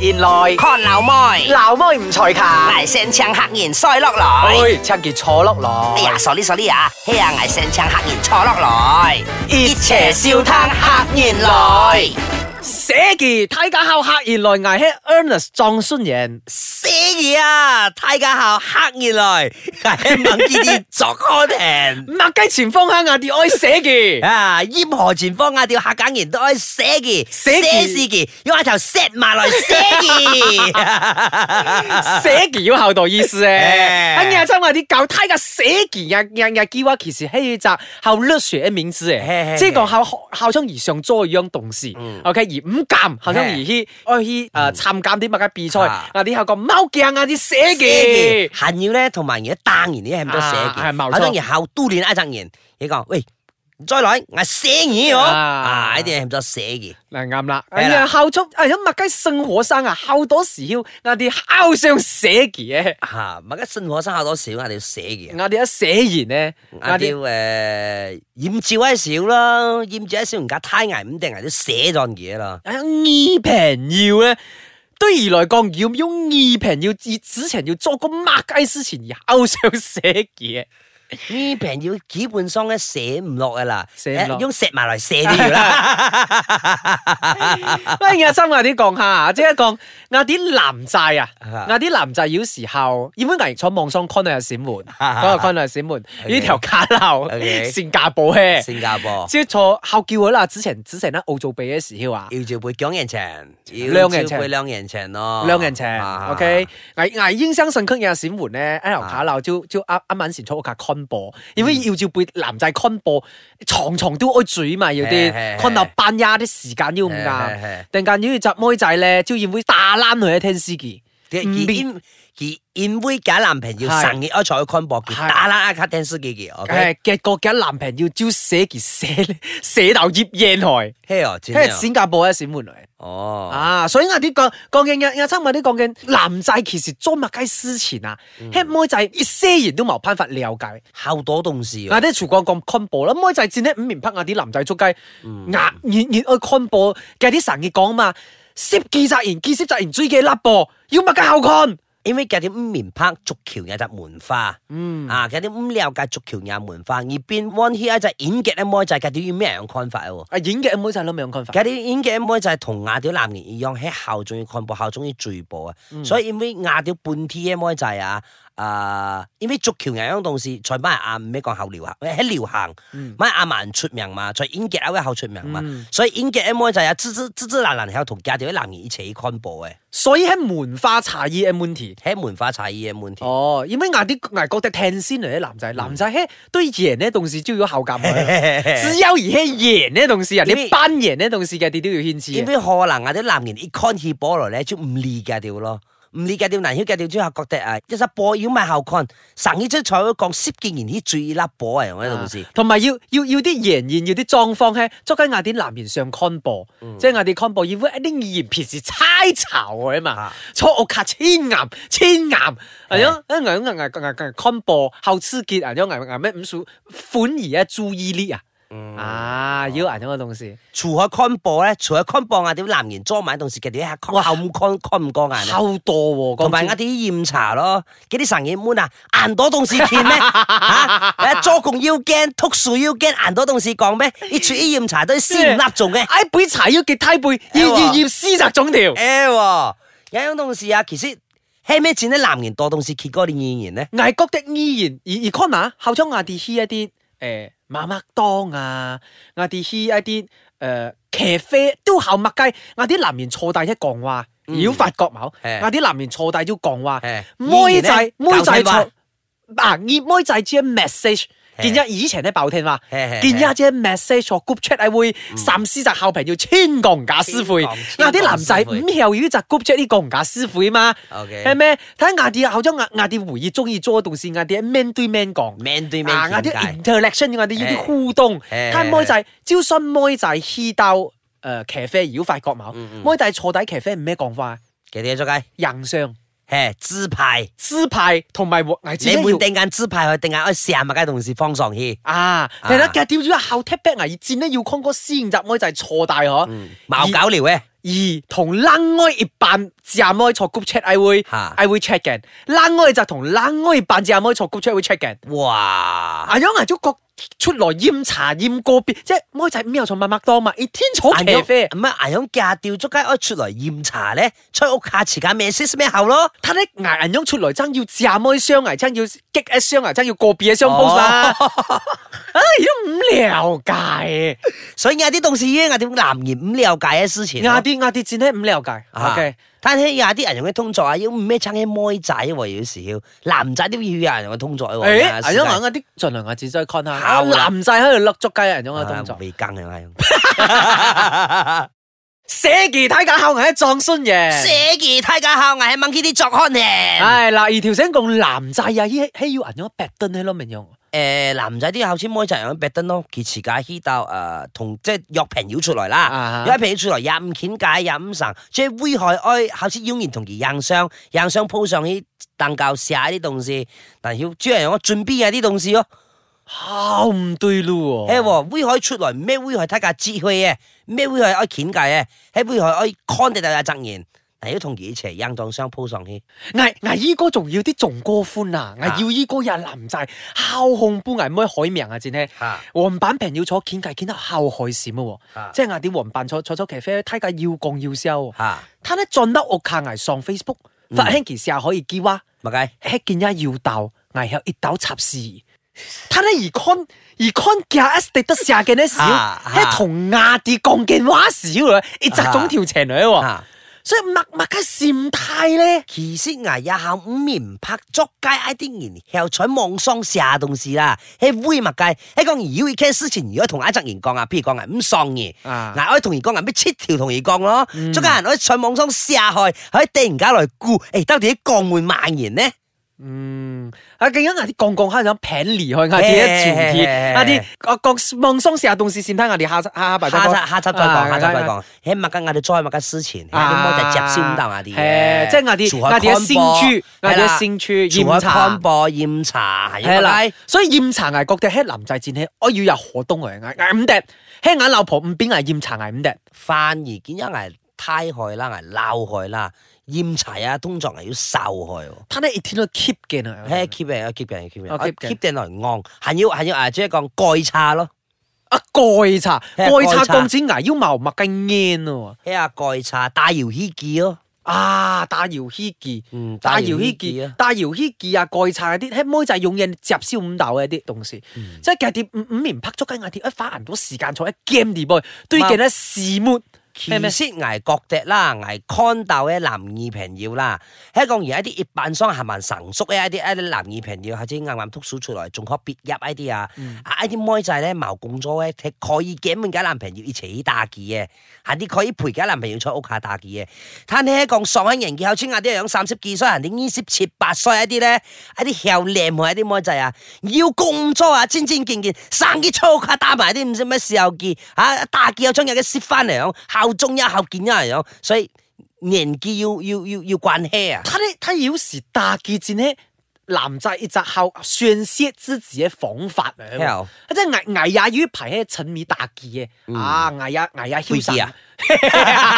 原來看老妹，鬧妹唔才卡，危聲槍黑然衰落來。哎，趁住坐落落哎，呀，sorry à, sorry à, 啊，嘿呀，危聲槍黑然錯落來，熱邪笑灘黑然來，寫字睇家後客原來捱起 Ernest 撞孫人，死嘢啊！太家校黑而來，係猛啲 啲作開庭。麥雞前方下牙啲愛寫 字，啊！煙河前方啊，條客梗然都可以寫嘅，寫嘅寫字嘅，要喺頭 set 埋來寫 嘅。寫字要後代意思誒。哎哎呀，真係啲教睇家寫字呀呀呀，叫我其實係集後略學嘅名字嘿誒，嘿即係講後後生而上做樣動事，OK 而唔鑑後生而去愛去誒參加啲乜嘅比賽，啊啊啲後講貓鏡啊啲寫寫字嘅，。閒要咧，同埋而家當然啲係咁多寫啊係嘅，冇錯好多人後都練一陣人，你講喂，再來我寫嘢哦，啊啊，呢啲係咁多寫嘅。嗱啱啦，哎係啦呀，校足，哎呀，麥雞生火生啊，校多時要我哋烤上寫嘅，吓，咪一信我生考多少，我哋要寫嘅。我哋一寫完咧，我我哋哋要诶，驗照一少啦，驗照一少，人家胎癌唔定係都寫咗嘢啦。哎呀二平要咧，對而來講要要二平要之之前要做個麥雞之前而烤上寫嘅，呢病要基本上咧寫唔落噶啦，寫唔落用石埋嚟寫啲要啦。哎呀，真我哋講下，即係講我啲男仔啊，啊我啲男仔有時候，因為危坐網上看到有閃門，嗰個看到有閃門，呢條卡流 OK 線架步嘅。新加坡即係坐後叫佢啦，之前之前咧澳洲比嘅時候啊，要照背兩人情，兩人情背兩人情咯，兩人情啊，OK，危危英生信區嘅閃門咧，一頭卡鬧招招啱啱晚前坐架 con 波，因為要照背男仔 con 波，床床都愛煮嘛，要啲係係係 con 到班呀啲時間要唔係啱，係突然間要集妹仔咧，招宴會打攬佢一聽司機，係唔而變因而因為假男朋友係成日愛坐去看博嘅，係打啦卡聽司機嘅，OK，誒嘅個嘅男朋友招寫件寫寫到葉煙台，嘿哦，即真係係哦新加坡嘅閃門嚟。哦，啊，所以我啲講講嘅日日親我啲講嘅男仔其實做乜雞思前啊，吃妹仔一些人都冇辦法了解。好多東西哦我。啲廚講講 combo 啦，妹仔戰呢五面拍我啲男仔捉雞，壓熱熱去 combo 嘅啲神嘅講嘛，涉技責言，技涉責言追嘅甩噃，要乜嘅後看？因為嗰啲五面拍逐橋有隻門花，啊，嗰啲五了解逐橋有門花，而變 one here 就演劇咧，妹就嗰啲要咩樣看法喎？啊，演嘅妹仔都未咁看法。嗰啲演嘅妹就係同亞屌男人一樣，喺校中要看播，校中要聚步啊，所以因為亞屌半 T 嘅妹就係啊。啊！因為足球人樣東西，在班阿唔咩講後流行，喺流行，咪阿蠻出名嘛，在演劇阿位後出名嘛，所以演劇嘅妹就係啊，支支支支難難喺同亞屌啲男人一齊看播嘅，所以喺門花茶衣嘅 m o n t y 喺門花茶衣嘅門。哦，因為我啲外國嘅聽先嚟啲男仔，男仔嘿對演呢動事就要後夾佢。只有而係贏呢棟事啊，因你為班贏呢棟事嘅，你都要牽因制。為可能啊啲男人一 con 起波來咧，就唔理解掉咯。唔理解掉，難曉解掉之後，覺得啊，一隻波要咪後 con，神起出彩嗰講，涉見然啲注意粒波啊，我喺度先。同埋要要要啲贏現，要啲狀況咧，捉緊我啲男人上 combo，即係我啲 combo 要一啲語言平時猜巢佢啊嘛啊，錯我卡千岩千岩，係咯，一樣硬硬硬硬 combo 後刺激，係咯硬硬咩五數款而啊注意力啊，啊要硬咗個東西，除開 con 波咧，除咗 con 波啊啲男人裝埋同時，佢哋下 con 後 con con 唔過眼啊。後多喎，同埋一講真啲驗查咯，嗰啲神嘢 moon 啊，硬多同事見咩？嚇，誒做共要驚，讀書要驚，硬多同事講咩？你處啲驗查都係先唔笠做嘅。哎杯茶要結梯背，要哎要喎要施襲總 條。诶、喎，有樣東西啊，其實係咩錢咧？男人多東西，結果你演員咧，危覺得依然，而而 Connor 後咗亞啲希一啲誒馬麥當啊，亞啲希一啲誒咖啡都後麥雞，亞啲男人坐大一講話，妖發覺冇，嗯係亞啲男人坐大要講話係，妹仔依然妹呢仔教聽話坐嗱，熱妹仔只 message。見一以前咧爆聽話，係係係嗯見一隻 message 坐 group chat 係會三思集後平要千降假師傅，千降嗱千啲男仔降師傅唔後要集 group chat 呢降假師傅啊嘛， OK 係咩？睇下亞啲後咗亞亞啲回憶中意做嘅動事，亞啲 man 對 man 講。 man 對啊！ man 亞傾啲偈， interaction，亞啲要啲互動，誒睇妹仔招信妹仔 he 到呃誒咖啡妖發覺冇，妹仔坐底咖啡唔咩講法，其實出街，人上嘿，支派，支派同埋哎危你每定眼支派去定哎眼去成日嘅同事放上去，啊！啊哎但嗯係咧，掉咗後踢 back 危戰咧，要 con 哥先集妹仔坐大嗬，冇搞聊嘅，而同冷愛一班字阿妹坐 group chat，I 會嚇 I 會 check 嘅。冷愛就同冷愛扮字阿妹坐 group chat 會 check 嘅。哇！阿楊阿祖覺出來飲茶飲個別，即係妹仔咩又坐麥麥當嘛，而天草阿咖勇啡，唔係阿勇嫁掉咗街，我哎出嚟驗茶咧，出屋下時間咩先咩後咯。他咧牙人樣出來爭要字阿妹雙牙爭要激 S 雙牙爭要個別嘅雙 pose 啦。啊，都唔了解，所以有啲同事已經有啲男言唔了解嘅事情咯。亞啲亞啲戰咧唔了解。啊 OK，但係有啲人用嘅通作啊，要咩撐起妹仔喎，有時要男仔都要有人用嘅通作喎。誒，啊阿師弟楊眼嗰啲盡量亞字再 con 下，好啦男仔喺度甩足雞人樣嘅動啊作。未更啊，阿勇。寫字睇架後牙一撞孫嘅。 寫字睇架校藝係 monkey 啲作看嘅。唉，嗱，而條繩共男仔啊，依喺要人樣白燈喺咯，明用。誒，男仔啲後先妹仔用白燈咯，其時架希到誒同即係約平妖出來啦。啊有一皮出來廿五件解廿五神，最危害哀，好似妖言同其硬上，硬上鋪上去凳教寫啲東西，但要主人我進邊有啲東西咯，好唔對路誒喎。喎，危害出來咩危害睇下智慧嘅，咩危害哀見解嘅，喺危害哀 con 定大責言，但要同其一齊硬撞上鋪上去，危危依哥仲要啲仲歌歡啊！危啊要依哥日男仔敲控杯危妹海名啊，戰呢。嚇黃板平要坐見界見得後海閃喎，啊即係嗌啲黃板坐坐坐騎啡，睇架要降要銷。嚇，他呢進得屋下危上 Facebook，發興其試下可以叫啊，咪解吃見一要鬥，危有一鬥插事。他呢而 con 而 con 架一地得下嘅呢少，啊啊係同亞啲講嘅話少啦，而集中條情女喎，嚇，所以默默嘅閃態咧。其實牙也下五面拍足街一啲言，後彩望喪寫東西啦，喺危物界，喺講妖嘅事情，如果同阿責言講啊，譬如講啊唔喪嘅。啊嗱，我同而講，人咩七條同而講咯，中間人可以上網上下去，可以突然間來估，誒，到底啲降會蔓延呢？嗯，啊，更加嗌啲降降下想平離開，嗌啲一轉嘿嘿貼，嘿嗌啲啊降望松下動視線睇，嗌啲下下下排下集下集再講，下集再講。喺物間我哋再物間之前，喺啲摩就接先得我啲係嘢，即係我哋除開我哋嘅先驅乾貨我哋嘅先驅係驗查啦除開乾貨驗查係係啦咪？，所以驗茶危覺得喺男仔戰氣，我要入河東嚟嗌嗌五滴，喺眼老婆五邊嗌驗茶危五滴，反而見咗係胎害啦，係鬧害啦，驗查啊，通常係要受害喎。他呢一天都 keep 嘅呢，嘿，keep 人，keep 人，keep 人哦，keep 嘅，keep 定來昂，係要係要啊，即係講蓋差咯。啊蓋茶係蓋茶蓋茶降子危要謀麥根煙喎，睇下蓋茶大搖希記咯，啊打搖希記。嗯，大搖希傑、大搖希傑啊、蓋柴嗰啲，喺妹仔用嘢接燒五豆嘅啲同事，即係其實啲五五年拍足雞眼貼，一花人到時間坐一 game 啊啲 boy，對鏡咧試末其咩咩實捱角笛啦，捱 con 豆嘅男二平要啦，香港而家啲葉扮桑行埋神叔嘅一啲一啲男二平要，或者啱啱突出出來，仲可別入一啲啊，啊一啲妹仔咧矛共咗咧，踢可以嘅咁解男朋友一齊打機嘅，行啲可以陪嘅男朋友出屋下打機嘅，但係咧講上喺人嘅後先有啲樣三十幾歲，人哋二十七八歲一啲咧，一啲又靚嘅一啲妹仔啊，要共咗啊，尖尖健健，生啲粗卡打埋啲唔知乜時候見，啊打機又將人嘅蝕翻嚟樣，後中一後見一嚟樣，哦所以年紀要要要要慣氣啊，他咧，他有時打機戰咧，男仔一隻後宣泄自己嘅方法嚟聽喎。後即係危危也於排喺沉迷打機嘅，啊危也危也囂神會議啊，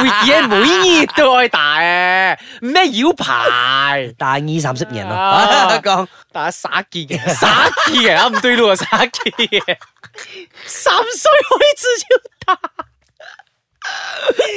會機每年都愛打嘅，咩妖牌。 大二三十年啊 咯，講大家耍機嘅， 耍機嘅，啊唔對路啊，耍機嘅，三歲開始要打。O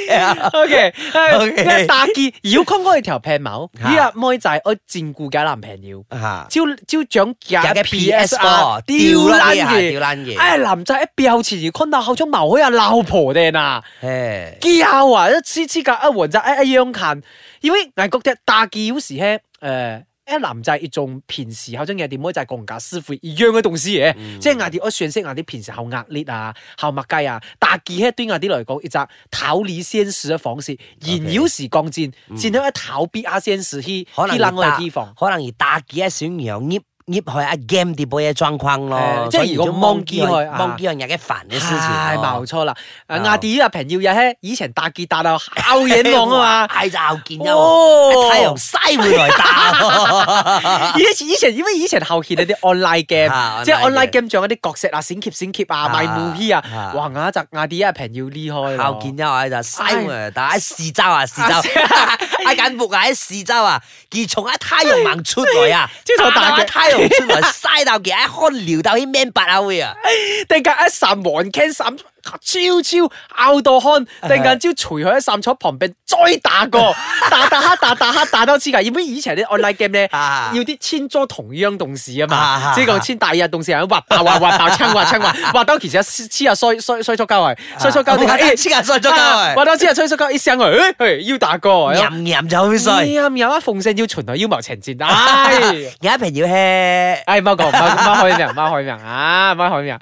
哎 K OK 哎打機要看我條平毛，嚇呢日妹仔我照顧嘅男朋友，嚇，招招獎有嘅嘅 PS R Four 吊掉撚撚嘢係掉嘢，撚嘢，哎男仔一表前而看到口中毛可以老婆的呐。誒機啊，啊，一黐黐架一混就一一樣近，因為外國的打機有時咧，誒、呃，一男仔一種平時口中嘅點妹就係講價師傅一樣嘅東西嘅，嗯即係我哋我上識我哋平時後壓力啊，後麥雞啊，打機咧對我哋嚟講一隻逃離現實嘅方式，燃妖時降戰，戰到一逃避下現實去嗯可能去要冷我打嘅地方，可能而打機一小樣，捏捏去阿 game 啲杯嘢裝框咯誒，即係如果望 mon 機去啊望機去日嘅煩嘅事情係冇咯，錯啦。誒哦亞迪啊，平要嘢嘿，以前打結打到烤嘢網啊嘛。係就後見啫喎，哦，哎太陽西會來打， 以前以前因為以前後期 嗰啲 online game，啊即係 online online game 仲有啲角色啊、閃劫閃劫啊、啊賣 movie 啊啊，哇！亞集亞迪啊，平要呢 開咯後見啫我就西會來打，喺市州啊市州， 喺柬埔寨喺市州啊，自從阿太陽猛出來啊， 朝頭打嘅阿太陽出來嘥到嘅，一看聊到啲 man 八啊 會啊。突然間一散黃 can 散超超拗到 看，突然間朝除佢一散坐旁邊再打過，打打下打打下打到黐㗎。因為以前啲 online game 咧，啊要啲千桌同樣動事啊嘛，啊即係講千大日動事啊係咁滑爆滑滑爆 撐滑撐滑，滑到其實黐下衰衰衰咗膠去，衰 咗膠啊點解？黐下衰咗 膠啊去滑到黐下衰咗膠，一聲佢，誒要打過。哎吟吟就好衰。啱啱啊！奉聖要傳來妖謀情哎戰，唉。有一瓶要吃，哎，猫 讲猫猫开名，猫开名啊，猫开名。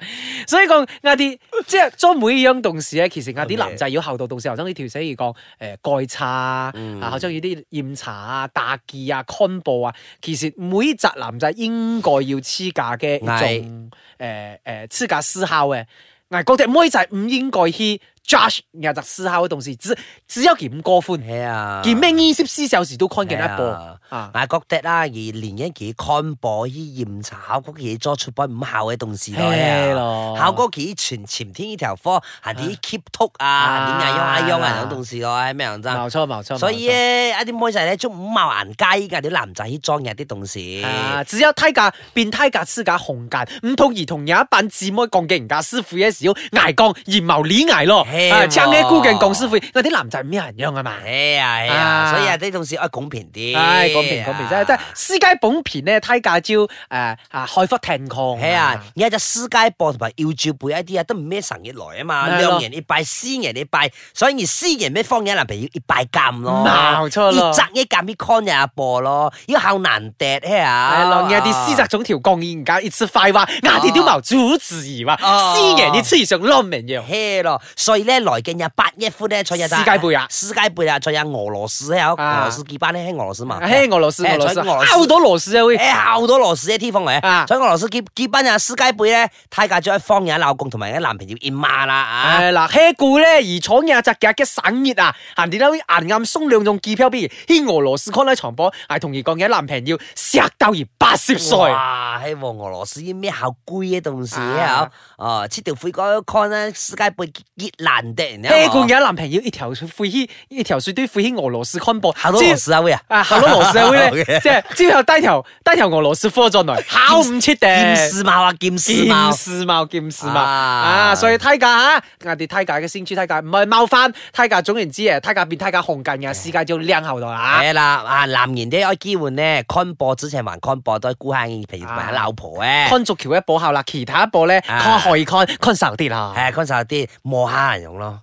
所以讲啱啲，即係做每樣動事咧，其實啱啲男仔要後到動事，後生呢條寫要講誒蓋茶啊，嗯後生要啲驗茶啊、打機啊、combo 啊，其實每集男仔應該要黐架嘅一係種誒誒黐架思考嘅。嗱，嗰隻妹仔唔應該去 judge 人哋思考嘅動事，只只有佢唔過歡，係啊，佢咩意思思有時都 con 緊一波啊啊。我覺得啦，而連一期看播依驗查嗰嘢做出品唔效嘅動事係來咯啊，考嗰期全潛天呢條科，行啲 keep 톡 啊啊，點樣樣啊樣啊，有動事來咩樣真。冇錯冇錯，所冇以錯咧，一啲妹仔咧，中五毛銀雞㗎，啲男仔裝入啲動事，啊！只有梯架變梯架，私架紅間，唔同兒童有一班姊妹講嘅人家師傅嘅時候挨降而謀理挨咯，嘿啊，喎撐嘅姑勁講師傅，嗰啲男仔咩人樣啊嘛？哎呀哎啊呀，所以啊啲動事愛公平啲，唉，講片講片真係，但係私家捧片咧，梯架招誒啊開腹聽抗，系啊，而家就私家播同埋要照背一啲啊，都唔咩神熱來啊嘛，係咯量人一拜，私人一拜，所以私人咩方言人譬如一拜監咯，冇錯咯一摘一鑑啲 con 又一播咯，要靠難笛嘿啊，係咯，有啲私宅總條降而家一次快話，牙啲都冇主持話，哦私人啲黐上攞名樣。嘿咯，啊所以咧來近日八一夫咧，在日私家背啊私家背啊，在日俄羅斯有啊俄羅斯結班咧，喺俄羅斯嘛，嘿，俄羅斯，啊嘿俄羅斯，在俄羅斯拗到羅斯啊會誒，考到羅氏嘅 T 方嚟啊啊！所以俄羅斯結結班啊，私家背咧，太嫁咗一方人鬧共同埋啲男朋友要罵啦啊！係啦，嘿故咧，而闖廿隻嘅嘅省熱啊，行電樓硬暗鬆兩種機票，比如牽俄羅斯 con 喺床波，係同而講嘅男朋友石鬥而八涉稅。哇！喺和俄羅斯咩校龜嘅同事啊啊，哦，切條悔改 con 咧，世界盃熱難敵人嘿啊！故嘅男朋友一條水灰牽，一條水堆灰牽俄羅斯 con 波，考到羅斯啊會啊，啊，考到羅斯會咧， OK 即係之後低頭低頭俄羅斯科 進來，考唔切劍定。士貓啊，劍士劍貓，士貌，劍士貌啊啊！所以梯價嚇，我哋梯價嘅先知梯價，唔係貓翻梯價。總言之，啊誒梯價變梯價紅緊嘅，世界就靚後度啦。係啦，啊，男人啲愛機換咧，con 播之前還 con 播都係孤下嘅皮同埋老婆咧，啊看足橋一步後啦，其他一步咧啊看可以看看少哎啲啦。 係啊，con 手啲摸下人用咯。